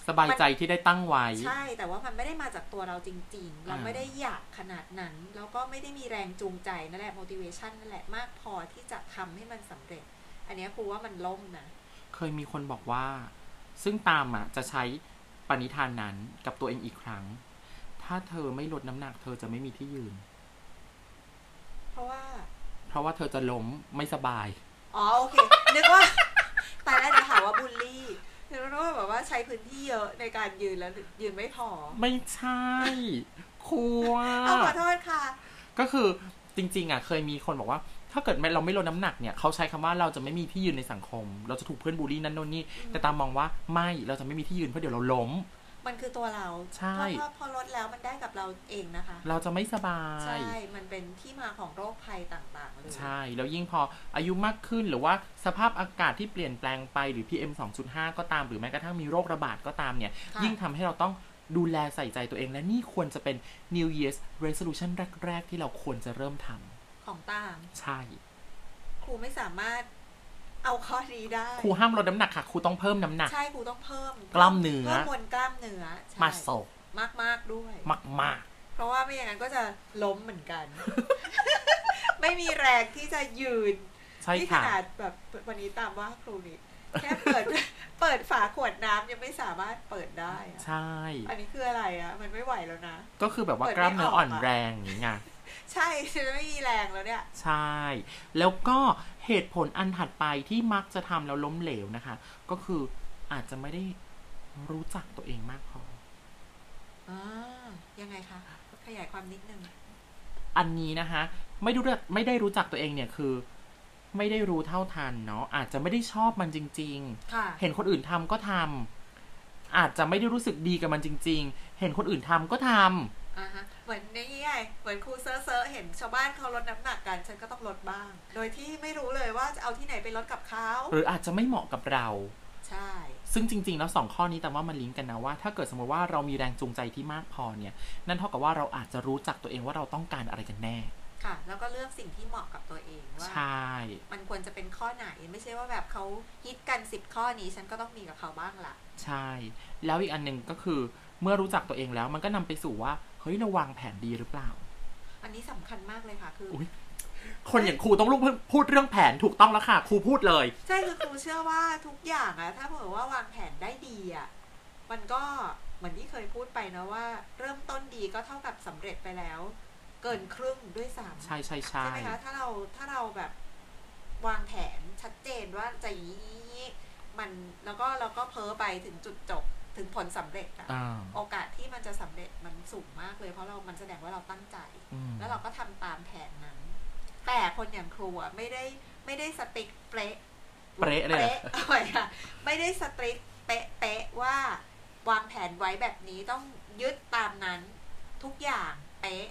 Speaker 2: สบายใจที่ได้ตั้งไว้
Speaker 1: ใช่แต่ว่ามันไม่ได้มาจากตัวเราจริง ๆ เรา
Speaker 2: อ่า
Speaker 1: ไม่ได้อยากขนาดนั้น แล้วก็ไม่ได้มีแรงจูงใจนั่นแหละ motivation นั่นแหละมากพอที่จะทำให้มันสำเร็จ อันเนี้ยครูว่ามันล่มนะ
Speaker 2: เคยมีคนบอกว่า ซึ่งตามอ่ะจะใช้ปณิธานนั้นกับตัวเองอีกครั้ง ถ้าเธอไม่ลดน้ำหนัก เธอจะไม่มีที่ยืน
Speaker 1: เพราะว่า
Speaker 2: เพราะว่าเธอจะล้มไม่สบาย
Speaker 1: อ๋อโอเค นึกว่า <laughs> ตายแล้วเดี๋ยวหาว่าบูลลี่นึกว่าแบบว่าใช้พื้นที่เยอะในการยืนแล้วยืนไม่พอ
Speaker 2: ไม่ใช่ ครูอะ
Speaker 1: เอาขอโทษค่ะ
Speaker 2: ก็คือจริงๆอ่ะเคยมีคนบอกว่า ถ้าเกิดเราไม่ลดน้ำหนักเนี่ยเขาใช้คำว่าเราจะไม่มีที่ยืนในสังคม เราจะถูกเพื่อนบูลลี่นั่นโน่นนี่
Speaker 1: อืม
Speaker 2: แต่ตามมองว่าไม่เราจะไม่มีที่ยืนเพราะเดี๋ยวเราล้ม
Speaker 1: มันคือตัวเรา
Speaker 2: ใช่
Speaker 1: พอพอลดแล้วมันได้กับเราเองนะคะ
Speaker 2: เราจะไม่สบาย
Speaker 1: ใช่ มันเป็นที่มาของโรคภัยต่างๆเลย
Speaker 2: ใช่แล้วยิ่งพออายุมากขึ้นหรือว่าสภาพอากาศที่เปลี่ยนแปลงไปหรือ PM 2.5 ก็ตามหรือแม้กระทั่งมีโรคระบาดก็ตามเนี่ย
Speaker 1: ค่ะ
Speaker 2: ยิ่งทำให้เราต้องดูแลใส่ใจตัวเอง และนี่ควรจะเป็น New Year's Resolution แรก ๆ ที่เราควรจะเริ่มทำ
Speaker 1: ของต่าง
Speaker 2: ใช่
Speaker 1: ครูไม่สามารถเอาข้อนี้ได้
Speaker 2: ครูห้ามลดน้ำหนักค่ะครูต้องเพิ่มน้ำหนัก
Speaker 1: ใช่ครูต้องเพิ่ม
Speaker 2: กล้ามเนื้อ
Speaker 1: เพิ่มมวลกล้ามเนื้อใช่
Speaker 2: มาโซ
Speaker 1: มากมากๆด้วย
Speaker 2: มากมาก
Speaker 1: เพราะว่าไม่อย่างนั้นก็จะล้มเหมือน
Speaker 2: <laughs>
Speaker 1: กัน ไม่มีแรงที่จะยืน
Speaker 2: ๆใช่
Speaker 1: นี่ข
Speaker 2: ค่ะ
Speaker 1: นาดแบบวันนี้ตามว่าครูนิดแค่เปิด <laughs> เปิดฝาขวดน้ำยังไม่สามารถเปิดได้อะ
Speaker 2: ใช่
Speaker 1: อันนี้คืออะไรอะมันไม่ไหวแล้วนะ
Speaker 2: ก็คือแบบว่า
Speaker 1: เปิด
Speaker 2: ก
Speaker 1: ไม่
Speaker 2: ล้ามเนื้อ
Speaker 1: ออ
Speaker 2: อ่อก น
Speaker 1: อะ
Speaker 2: แรงอย่างไงย
Speaker 1: ใช่ฉันไม่มีแรงแล้วเนี่ย
Speaker 2: ใช่ แล้วก็เหตุผลอันถัดไปที่มักจะทำแล้วล้มเหลวนะคะ ก็คืออาจจะไม่ได้รู้จักตัวเองมากพอ
Speaker 1: อ่า ยังไงคะ ขยายความนิดนึง
Speaker 2: อันนี้นะคะ ไม่รู้จักไม่ได้รู้จักตัวเองเนี่ยคือ ไม่ได้รู้เท่าทันเนาะอาจจะไม่ได้ชอบมันจริง
Speaker 1: ค่ะ
Speaker 2: ๆ เห็นคนอื่นทำก็ทำอาจจะไม่ได้รู้สึกดีกับมันจริง ๆ เห็นคนอื่นทำก็ทำ
Speaker 1: อ่าฮะ เหมือนในนี่ไงเหมือนครูเซอร์เซอร์เห็นชาวบ้านเขาลดน้ำหนักกัน ฉันก็ต้องลดบ้าง โดยที่ไม่รู้เลยว่าจะเอาที่ไหนไปลดกับเขา
Speaker 2: หรืออาจจะไม่เหมาะกับเรา
Speaker 1: ใช่
Speaker 2: ซึ่งจริงๆ แล้วสองข้อนี้แต่ว่ามันลิงก์กันนะว่า ถ้าเกิดสมมติว่าเรามีแรงจูงใจที่มากพอเนี่ย นั่นเท่ากับว่าเราอาจจะรู้จักตัวเองว่าเราต้องการอะไรกันแน่
Speaker 1: ค่ะ แล้วก็เลือกสิ่งที่เหมาะกับตัวเองว่า
Speaker 2: ใช่
Speaker 1: มันควรจะเป็นข้อไหน ไม่ใช่ว่าแบบเขาฮิตกันสิบข้อนี้ ฉันก็ต้องมีกับเขาบ้างละ
Speaker 2: ใช่ แล้วอีกอันหนึ่งก็คือเมื่อรู้จักตัวเองแล้วมันก็นำไปสู่ว่าเฮ้ยเราวางแผนดีหรือเปล่า
Speaker 1: อันนี้สำคัญมากเลยค่ะ คืออย
Speaker 2: คนอย่างครูต้องลุกพูดเรื่องแผนถูกต้องแล้วค่ะครูพูดเลย
Speaker 1: ใช่คือครูเชื่อว่าทุกอย่างอะถ้าเผื่อว่าวางแผนได้ดีอะมันก็เหมือนที่เคยพูดไปนะว่า เริ่มต้นดีก็เท่ากับสำเร็จไปแล้ว เกินครึ่งด้วยซ้ำ
Speaker 2: ใช่ใช่ใช่
Speaker 1: ใช่ไหมคะ ถ้าเราถ้าเราแบบวางแผนชัดเจนว่าจะอยางนี้อย่างนี้มันแล้วก็เราก็เพ้อไปถึงจุดจบถึงผลสำเร็จอะ
Speaker 2: อ่า
Speaker 1: โอกาสที่มันจะสำเร็จมันสูงมากเลยเพราะเรา มันแสดงว่าเราตั้งใจ
Speaker 2: อืม
Speaker 1: แล้วเราก็ทำตามแผนนั้น แต่คนอย่างครูอ่ะไม่ได้ไม่ได้สติ๊กเป๊ะ
Speaker 2: เป๊ะเลยอะ
Speaker 1: เป๊ะอะไรอ่ะไม่ได้สติ๊กเป๊ะเป๊ะว่าวางแผนไว้แบบนี้ต้องยึดตามนั้น ทุกอย่างเป๊ะ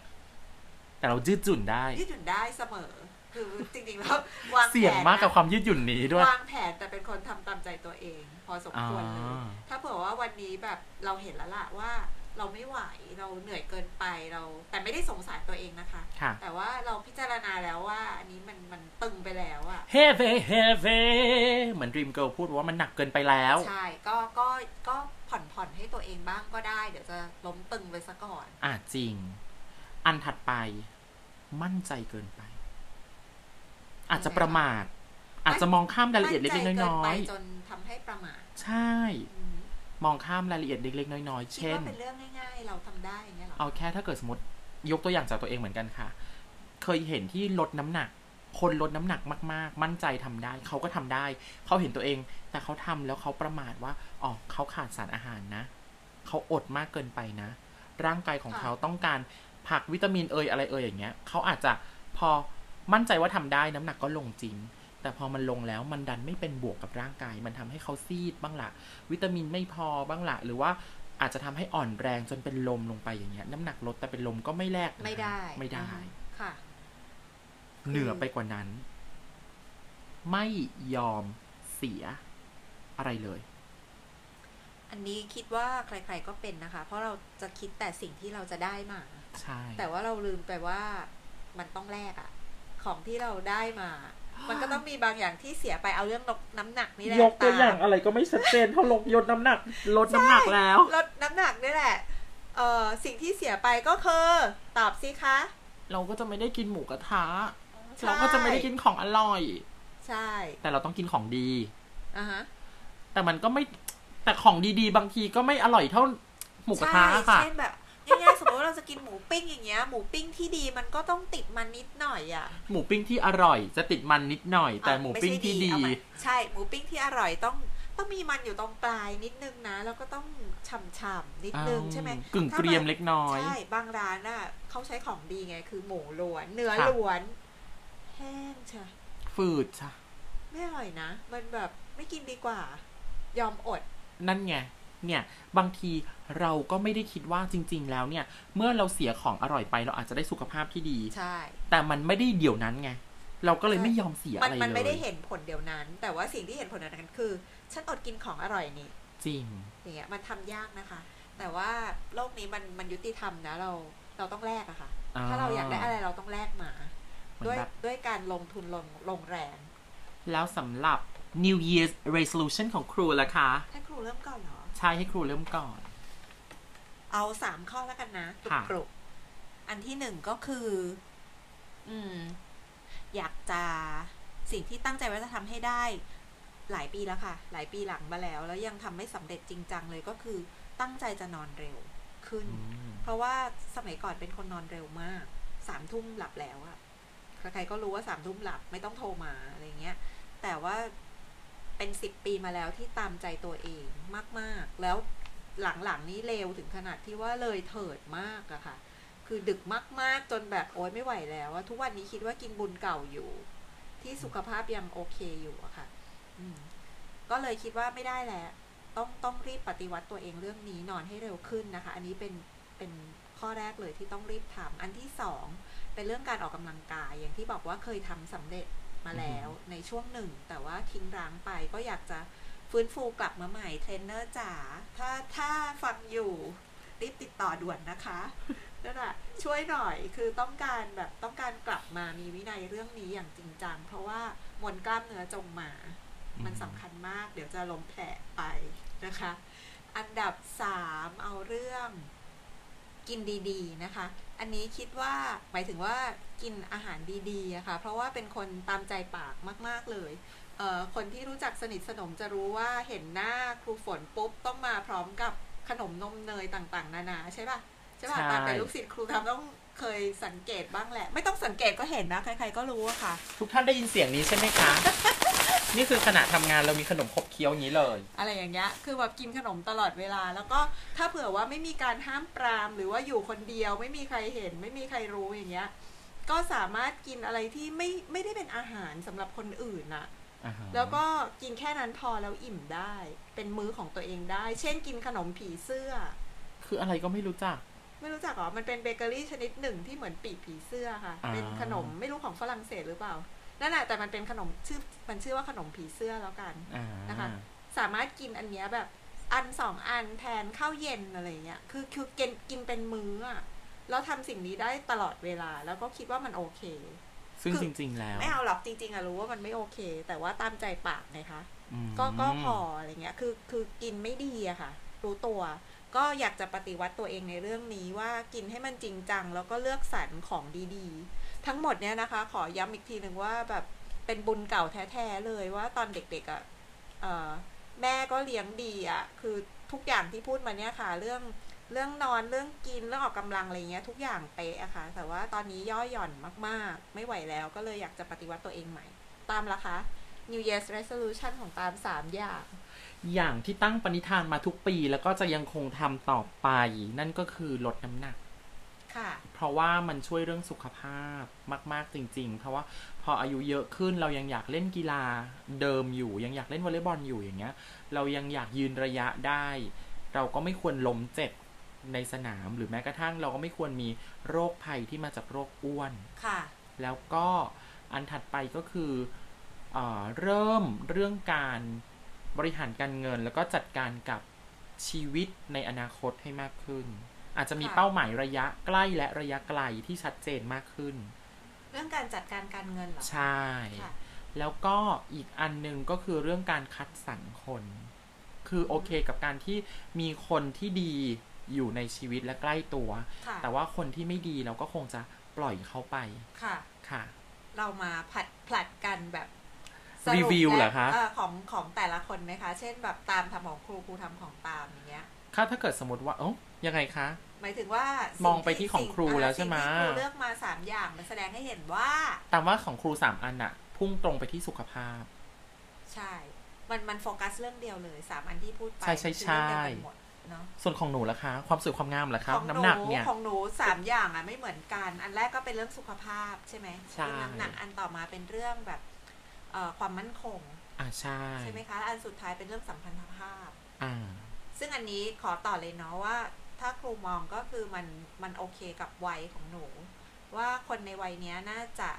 Speaker 2: แต่เรายืดหยุ่นได้
Speaker 1: ยืดหยุ่นได้เสมอ คือจริงๆแล้ววางแผน
Speaker 2: เสี่ยงมากกับความยืดหยุ่นนี้ด้วย
Speaker 1: วางแผนแต่เป็นคนทำตามใจตัวเอง พอสมควรเลย
Speaker 2: อ่า
Speaker 1: ถ้าเผื่อว่าวันนี้แบบเราเห็นแล้วล่ะว่า เราไม่ไหวเราเหนื่อยเกินไปเรา แต่ไม่ได้สงสารตัวเองนะคะ
Speaker 2: ค่ะ
Speaker 1: แต่ว่าเราพิจารณาแล้วว่า อันนี้มันมันตึงไปแล้วอะ
Speaker 2: เฮเวเฮเวเหมือน Dream Girl พูดว่ามันหนักเกินไปแล้ว
Speaker 1: ใช่ก็ก็ก็ผ่อนผ่อนให้ตัวเองบ้างก็ได้ เดี๋ยวจะล้มตึงไปซะก่อน
Speaker 2: อ่าจริง อันถัดไป มั่นใจเกินไป อาจจะประมาท อาจจะมองข้ามรายละเอียดเล็กๆ
Speaker 1: มั่นใจ
Speaker 2: น้อ
Speaker 1: ไป
Speaker 2: ย
Speaker 1: จนทำให้ประมาท
Speaker 2: ๆ ใช่
Speaker 1: อืม
Speaker 2: มองข้ามรายละเอียดเล็กๆน้อย
Speaker 1: คิด
Speaker 2: ๆเช่น
Speaker 1: ว่าเป็นเรื่องง่ายๆ เราทำได้อย่างเงี้ยเหรอ
Speaker 2: เอาแค่ถ้าเกิดสมมติยกตัวอย่างจากตัวเองเหมือนกันค่ะ เคยเห็นที่ลดน้ำหนัก คนลดน้ำหนักมากๆ มั่นใจทำได้ เขาก็ทำได้ เขาเห็นตัวเอง แต่เขาทำแล้วเขาประมาทว่าอ๋อเขาขาดสารอาหารนะ เขาอดมากเกินไปนะ ร่างกายของเขาต้องการผักวิตามินเอยอะไรเอยอย่างเงี้ย เขาอาจจะพอมั่นใจว่าทำได้น้ำหนักก็ลงจริง แต่พอมันลงแล้วมันดันไม่เป็นบวกกับร่างกาย มันทำให้เขาซีดบ้างละวิตามินไม่พอบ้างละหรือว่าอาจจะทำให้อ่อนแรงจนเป็นลมลงไปอย่างเงี้ย น้ำหนักลดแต่เป็นลมก็ไม่แลกนะคะ
Speaker 1: ไม่ได้
Speaker 2: ไม่ได้
Speaker 1: อืมค่ะ
Speaker 2: เหนือไปกว่านั้น ไม่ยอมเสียอะไรเลย
Speaker 1: อันนี้คิดว่าใครๆก็เป็นนะคะ เพราะเราจะคิดแต่สิ่งที่เราจะได้มา
Speaker 2: ใช่
Speaker 1: แต่ว่าเราลืมไปว่ามันต้องแลกอะของที่เราได้มา มันก็ต้องมีบางอย่างที่เสียไปเอาเรื่องน้ำหนักนี่แหละ
Speaker 2: ยกตัวอย่างอะไรก็ไม่ชัดเจนเขาลงยดน้ำหนัก ลดน้ำหนักแล้ว
Speaker 1: ลดน้ำหนักนี่แหละ เอ่อ สิ่งที่เสียไปก็คือตอบสิคะ
Speaker 2: เราก็จะไม่ได้กินหมูกระทะ
Speaker 1: ใช่
Speaker 2: เราก็จะไม่ได้กินของอร่อย
Speaker 1: ใช่
Speaker 2: แต่เราต้องกินของดี
Speaker 1: อ่าฮะ
Speaker 2: แต่มันก็ไม่แต่ของดีๆ บางทีก็ไม่อร่อยเท่าหมูกระทะ
Speaker 1: ใช่
Speaker 2: ค่ะ
Speaker 1: เช่นแบบง่ายๆสมมติว่าเราจะกินหมูปิ้งอย่างเงี้ย หมูปิ้งที่ดีมันก็ต้องติดมันนิดหน่อยอ่ะ
Speaker 2: หมูปิ้งที่อร่อย จะติดมันนิดหน่อย แต่หมูปิ้งที่ดี
Speaker 1: เอาใหม่ใช่หมูปิ้งที่อร่อยต้องต้องมีมันอยู่ตรงปลายนิดนึงนะ แล้วก็ต้องฉ่ำๆนิดนึงใช่ไหม
Speaker 2: กึ่งเกรียมเล็กน้อย
Speaker 1: ใช่บางร้านอ่ะเขาใช้ของดีไง คือหมูล้วน เนื้อ
Speaker 2: ค่ะ
Speaker 1: ล้วน แห้งใช่
Speaker 2: ฝืดจ้ะ
Speaker 1: ไม่อร่อยนะ มันแบบไม่กินดีกว่า ยอมอด
Speaker 2: นั่นไง เนี่ย บางทีเราก็ไม่ได้คิดว่าจริง ๆ แล้วเนี่ย เมื่อเราเสียของอร่อยไปเราอาจจะได้สุขภาพที่ดี
Speaker 1: ใช่
Speaker 2: แต่มันไม่ได้เดี๋ยวนั้นไง เราก็เลยไม่ยอมเสีย
Speaker 1: มั
Speaker 2: อะ
Speaker 1: น
Speaker 2: ไร
Speaker 1: มันไม่
Speaker 2: เล
Speaker 1: ได้
Speaker 2: ย
Speaker 1: เห็นผลเดี๋ยวนั้น แต่ว่าสิ่งที่เห็นผลเดี๋ยวนั้นคือ ฉันอดกินของอร่อยนี่
Speaker 2: จริง
Speaker 1: อย่างเงี้ย มันทำยากนะคะ แต่ว่าโลกนี้มันมันยุติธรรมนะเรา เราต้องแลกอะค่ะ ถ้าเราอยากได้อะไรเราต้องแลกมา
Speaker 2: เหมือน
Speaker 1: ด้วย
Speaker 2: แบบ
Speaker 1: ด้วยการลงทุนลงลงแรง
Speaker 2: แล้วสำหรับ New Year's resolution ของครูล่ะคะ
Speaker 1: ให้ครูเริ่มก่อนเหรอ
Speaker 2: ใช่ให้ครูเริ่มก่อน
Speaker 1: เอาสามข้อแล้วกันนะกรุบ
Speaker 2: ค่ะ
Speaker 1: กรุบอันที่หนึ่งก็คือ อืม อยากจะสิ่งที่ตั้งใจไว่าจะทำให้ได้ หลายปีแล้วค่ะ หลายปีหลังมาแล้ว แล้วยังทำไม่สำเร็จจริงจังเลยก็คือ ตั้งใจจะนอนเร็วขึ้น
Speaker 2: อืม
Speaker 1: เพราะว่าสมัยก่อนเป็นคนนอนเร็วมาก สามทุ่มหลับแล้วอะใครๆก็รู้ว่าสามทุ่มหลับไม่ต้องโทรมาอะไรเงี้ย แต่ว่าเป็นสิบปีมาแล้วที่ตามใจตัวเองมากๆ แล้วหลังๆนี้เร็วถึงขนาดที่ว่าเลยเถิดมากอะค่ะ คือดึกมากๆ จนแบบโอ๊ยไม่ไหวแล้วอะทุกวันนี้คิดว่ากินบุญเก่าอยู่ ที่สุขภาพยังโอเคอยู่อะค่ะ อืม ก็เลยคิดว่าไม่ได้แล้ว ต้องต้องรีบปฏิวัติตัวเองเรื่องนี้นอนให้เร็วขึ้นนะคะ อันนี้เป็นเป็นข้อแรกเลยที่ต้องรีบทำอันที่สองเป็นเรื่องการออกกำลังกาย อย่างที่บอกว่าเคยทำสำเร็จมาแล้วในช่วงหนึ่ง แต่ว่าทิ้งร้างไปก็อยากจะฟื้นฟูกลับมาใหม่เทรนเนอร์จ๋าถ้าถ้าฟังอยู่ รีบติดต่อด่วนนะคะ <laughs> นั่นแหละช่วยหน่อยคือต้องการแบบต้องการกลับมามีวินัยเรื่องนี้อย่างจริงจังเพราะว่ามวลกล้ามเนื้อจงมา มันสำคัญมาก เดี๋ยวจะล้มแผลไปนะคะ อันดับสามเอาเรื่องกินดีๆนะคะ อันนี้คิดว่าหมายถึงว่ากินอาหารดีๆนะคะ เพราะว่าเป็นคนตามใจปากมาก ๆเลย เอ่อคนที่รู้จักสนิทสนมจะรู้ว่าเห็นหน้าครูฝนปุ๊บต้องมาพร้อมกับขนมนมเนยต่างๆ นานาใช่ปะใช่ปะ
Speaker 2: ใช่
Speaker 1: ตามเป็นลูกศิษย์ครูทำต้องเคยสังเกตบ้างแหละ ไม่ต้องสังเกตก็เห็นนะใครๆก็รู้อะค่ะ
Speaker 2: ทุกท่านได้ยินเสียงนี้ใช่ไหมคะ <laughs> นี่คือขณะทำงานเรามีขนมขบเคี้ยวอย่างนี้เลย
Speaker 1: อะไรอย่างเงี้ย คือแบบกินขนมตลอดเวลา แล้วก็ถ้าเผื่อว่าไม่มีการห้ามปราม หรือว่าอยู่คนเดียว ไม่มีใครเห็น ไม่มีใครรู้อย่างเงี้ย ก็สามารถกินอะไรที่ไม่ไม่ได้เป็นอาหารสำหรับคนอื่นอะ
Speaker 2: อ่าฮะ
Speaker 1: แล้วก็กินแค่นั้นพอแล้วอิ่มได้ เป็นมื้อของตัวเองได้ เช่นกินขนมผีเสื้อ
Speaker 2: คืออะไรก็ไม่รู้จัก
Speaker 1: ไม่รู้จักเหรอ มันเป็นเบเกอรี่ชนิดหนึ่งที่เหมือนปีกผีเสื้อค่ะ
Speaker 2: อ่า
Speaker 1: เป็นขนมไม่รู้ของฝรั่งเศสหรือเปล่า นั่นแหละแต่มันเป็นขนมชื่อ มันชื่อว่าขนมผีเสื้อแล้วกัน
Speaker 2: อ่า
Speaker 1: นะคะ สามารถกินอันเนี้ยแบบอันสองอันแทนข้าวเย็นอะไรเงี้ย คือคือกินกินเป็นมื้ออะแล้วทำสิ่งนี้ได้ตลอดเวลา แล้วก็คิดว่ามันโอเค
Speaker 2: ซึ่ง
Speaker 1: คือ
Speaker 2: จริง ๆ แล้ว
Speaker 1: ไม่เอาหรอกจริง ๆอะรู้ว่ามันไม่โอเค แต่ว่าตามใจปากไงคะ
Speaker 2: อืม
Speaker 1: ก็ก็พออะไรเงี้ย คือคือกินไม่ดีอะค่ะ รู้ตัว ก็อยากจะปฏิวัติตัวเองในเรื่องนี้ว่ากินให้มันจริงจัง แล้วก็เลือกสรรของดีๆ ทั้งหมดเนี่ยนะคะ ขอย้ำอีกทีหนึ่งว่าแบบเป็นบุญเก่าแท้ๆเลยว่าตอนเด็กๆอะเอ่ะแม่ก็เลี้ยงดีอะคือทุกอย่างที่พูดมาเนี่ยค่ะ เรื่องเรื่องนอนเรื่องกินเรื่องออกกำลังอะไรเงี้ยทุกอย่างเป๊ะอะค่ะ แต่ว่าตอนนี้ย่อหย่อนมากๆ ไม่ไหวแล้วก็เลยอยากจะปฏิวัติตัวเองใหม่ ตามละคะ New Year's Resolution ของตามสามอย่าง
Speaker 2: อย่างที่ตั้งปณิธานมาทุกปีแล้วก็จะยังคงทำต่อไป นั่นก็คือลดน้ำหนัก
Speaker 1: ค่ะ
Speaker 2: เพราะว่ามันช่วยเรื่องสุขภาพมาก ๆ จริง ๆ เพราะว่าพออายุเยอะขึ้นเรายังอยากเล่นกีฬาเดิมอยู่ ยังอยากเล่นวอลเลย์บอลอยู่อย่างเงี้ย เรายังอยากยืนระยะได้ เราก็ไม่ควรล้มเจ็บในสนามหรือแม้กระทั่งเราก็ไม่ควรมีโรคภัยที่มาจากโรคอ้วน
Speaker 1: ค่ะ
Speaker 2: แล้วก็อันถัดไปก็คือเออเริ่มเรื่องการบริหารการเงิน แล้วก็จัดการกับชีวิตในอนาคตให้มากขึ้น อาจจะมี
Speaker 1: ค่ะ
Speaker 2: เป้าหมายระยะใกล้และระยะไกลที่ชัดเจนมากขึ้น
Speaker 1: เรื่องการจัดการการเงินเหรอ
Speaker 2: ใช่
Speaker 1: ค่ะ
Speaker 2: แล้วก็อีกอันหนึ่งก็คือเรื่องการคัดสรรคน คือโอเคกับการที่มีคนที่ดีอยู่ในชีวิตและใกล้ตัว
Speaker 1: ค่ะ
Speaker 2: แต่ว่าคนที่ไม่ดีเราก็คงจะปล่อยเขาไป
Speaker 1: ค่ะ
Speaker 2: ค่ะ
Speaker 1: เรามาผัดผลัดกันแบบ
Speaker 2: รีวิวเหรอคะ
Speaker 1: เอของของแต่ละคนไหมคะ เช่นแบบตามทำของครูครูทำของตามอย่างเงี้ย
Speaker 2: ค่ะถ้าเกิดสมมติว่า เอ้ายังไงคะ
Speaker 1: หมายถึงว่าสิ่
Speaker 2: มองไปที่ของครู
Speaker 1: สิ่
Speaker 2: แล้วใช่ไหม
Speaker 1: สิ่งที่ครูเลือกมาสามอย่างมันแสดงให้เห็นว่า
Speaker 2: ตามว่าของครูสามอันอะพุ่งตรงไปที่สุขภาพ
Speaker 1: ใช่ มันมันโฟกัสเรื่องเดียวเลยสามอันที่พูดไป
Speaker 2: ใช่ใช่
Speaker 1: คือเรื่องเดียวกั
Speaker 2: ใช่
Speaker 1: นหมดเนาะ
Speaker 2: ส่วนของหนูล่ะคะ ความสวยความงามล่ะคะ
Speaker 1: ของ
Speaker 2: น้ำ
Speaker 1: หนู
Speaker 2: หนักเนี่ย
Speaker 1: ของหนูสามอย่างอ่ะไม่เหมือนกัน อันแรกก็เป็นเรื่องสุขภาพใช่ไหม
Speaker 2: ใช่
Speaker 1: เรื่องน้ำหนักอันต่อมาเป็นเรื่องแบบเอ่อความมั่นคง
Speaker 2: อ่าใช่
Speaker 1: ใช่ไหมคะและอันสุดท้ายเป็นเรื่องสัมพันธภาพ
Speaker 2: อ่า
Speaker 1: ซึ่งอันนี้ขอต่อเลยเนาะว่า ถ้าครูมองก็คือมันมันโอเคกับวัยของหนู ว่าคนในวัยเนี้ยน่าจะ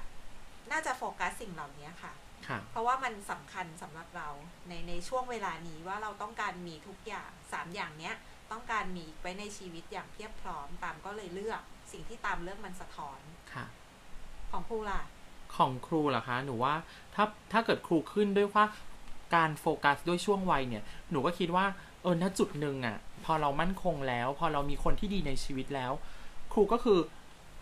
Speaker 1: น่าจะโฟกัสสิ่งเหล่านี้ค่ะ
Speaker 2: ค่ะ
Speaker 1: เพราะว่ามันสำคัญสำหรับเราในในช่วงเวลานี้ว่าเราต้องการมีทุกอย่างสามอย่างเนี้ยต้องการมีไว้ในชีวิตอย่างเพียบพร้อมตามก็เลยเลือก สิ่งที่ตามเลือกมันสะท้อน
Speaker 2: ค่ะ
Speaker 1: ของครูล่ะ
Speaker 2: ของครูเหรอคะ หนูว่าถ้าถ้าเกิดครูขึ้นด้วยว่าการโฟกัสด้วยช่วงวัยเนี่ย หนูก็คิดว่าเออณจุดหนึ่งอะ่ะ พอเรามั่นคงแล้ว พอเรามีคนที่ดีในชีวิตแล้ว ครูก็คือ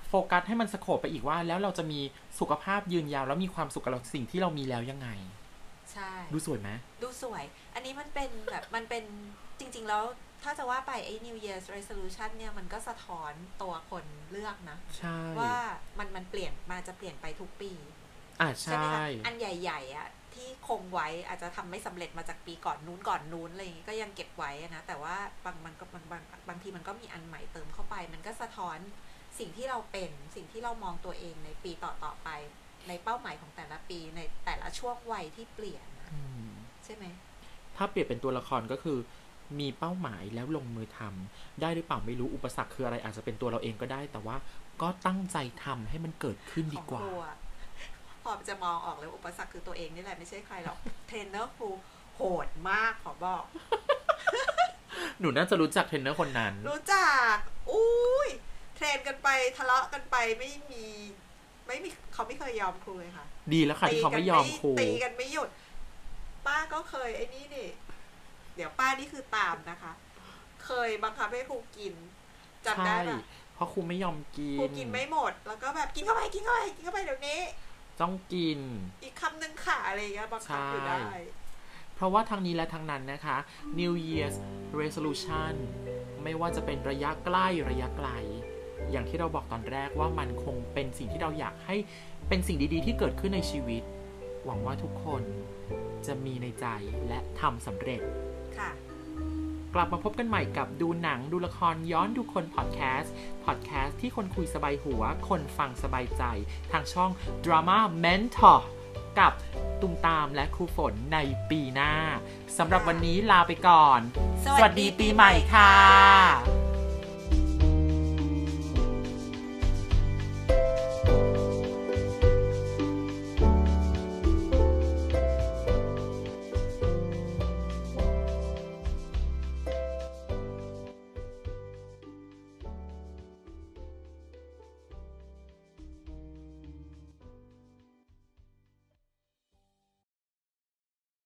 Speaker 2: โฟกัสให้มันสโคปไปอีกว่า แล้วเราจะมีสุขภาพยืนยาว แล้วมีความสุขกับเราสิ่งที่เรามีแล้วยังไง
Speaker 1: ใช่
Speaker 2: ดูสวยไหม
Speaker 1: ดูสวย อันนี้มันเป็นแบบมันเป็นจริง ๆ แล้วถ้าจะว่าไปไอ้ New Year's Resolution เนี่ย มันก็สะท้อนตัวคนเลือกนะ
Speaker 2: ใช่
Speaker 1: ว่ามันมันเปลี่ยนมาจะเปลี่ยนไปทุกปี
Speaker 2: อ่ะ
Speaker 1: ไหม
Speaker 2: ใช่
Speaker 1: คะอันใหญ่ๆอะที่คงไว้อาจจะทำไม่สำเร็จมาจากปีก่อนนู้นก่อนนู้นอะไรอย่างงี้ก็ยังเก็บไว้อะนะ แต่ว่าบางมันก็บางบางบางทีมันก็มีอันใหม่เติมเข้าไป มันก็สะท้อนสิ่งที่เราเป็นสิ่งที่เรามองตัวเองในปีต่อๆไป ในเป้าหมายของแต่ละปีในแต่ละช่วงวัยที่เปลี่ยนนะ
Speaker 2: อืม
Speaker 1: ใช่ไหม
Speaker 2: ถ้าเปรียบเป็นตัวละครก็คือ มีเป้าหมายแล้วลงมือทำได้หรือเปล่าไม่รู้อุปสรรคคืออะไรอาจจะเป็นตัวเราเองก็ได้ แต่ว่าก็ตั้งใจทำให้มันเกิดขึ้นดีกว่า
Speaker 1: ของครูอะพอจะมองออกเลยอุปสรรคคือตัวเองนี่แหละไม่ใช่ใครหรอก <laughs> เทรนเนอร์ครูโหดมากขอบอก
Speaker 2: หนูน่าจะรู้จักเทรนเนอร์คนนั้น
Speaker 1: รู้จักอุ้ยเทรนกันไปทะเลาะกันไปไม่มี ไม่มีเขาไม่เคยยอมครูเลยค่ะ
Speaker 2: ดีแล้วค่ะที่เขา
Speaker 1: กั
Speaker 2: ไม่ยอมครู
Speaker 1: ตีกันไม่หยุด ป้าก็เคยไอ้นี่นี่เดี๋ยวป้านี่คือตามนะคะ เคยบังคับให้ครูกินจำได้
Speaker 2: ใช่
Speaker 1: ปะ
Speaker 2: เพราะครูไม่ยอมกิ
Speaker 1: ครู
Speaker 2: น
Speaker 1: กินไม่หมด แล้วก็แบบกินเข้าไปกินเข้าไปกินเข้าไปเดี๋ยวนี้
Speaker 2: ต้องกิน
Speaker 1: อีกคำหนึ่งค่ะอะไรอย่างเงี้ยบังคับอยู่ได้
Speaker 2: ใช่ เพราะว่าทางนี้และทางนั้นนะคะ New Year's Resolution ไม่ว่าจะเป็นระยะใกล้ระยะไกล อย่างที่เราบอกตอนแรกว่ามันคงเป็นสิ่งที่เราอยากให้เป็นสิ่งดีๆ ที่เกิดขึ้นในชีวิต หวังว่าทุกคนจะมีในใจและทำสำเร็จ
Speaker 1: ค่ะ
Speaker 2: กลับมาพบกันใหม่กับดูหนังดูละครย้อนดูคนพอดแคสต์พอดแคสต์ที่คนคุยสบายหัว คนฟังสบายใจ ทางช่อง Drama Mentor กับตุมตามและครูฝนในปีหน้าสำหรับวันนี้ลาไปก่อน
Speaker 1: ส
Speaker 2: ส
Speaker 1: วั
Speaker 2: วั
Speaker 1: ส
Speaker 2: ส
Speaker 1: ดี
Speaker 2: ดี
Speaker 1: ปี
Speaker 2: ปี
Speaker 1: ให
Speaker 2: ให
Speaker 1: ม่
Speaker 2: ม่
Speaker 1: ค่
Speaker 2: ค่ะ ะ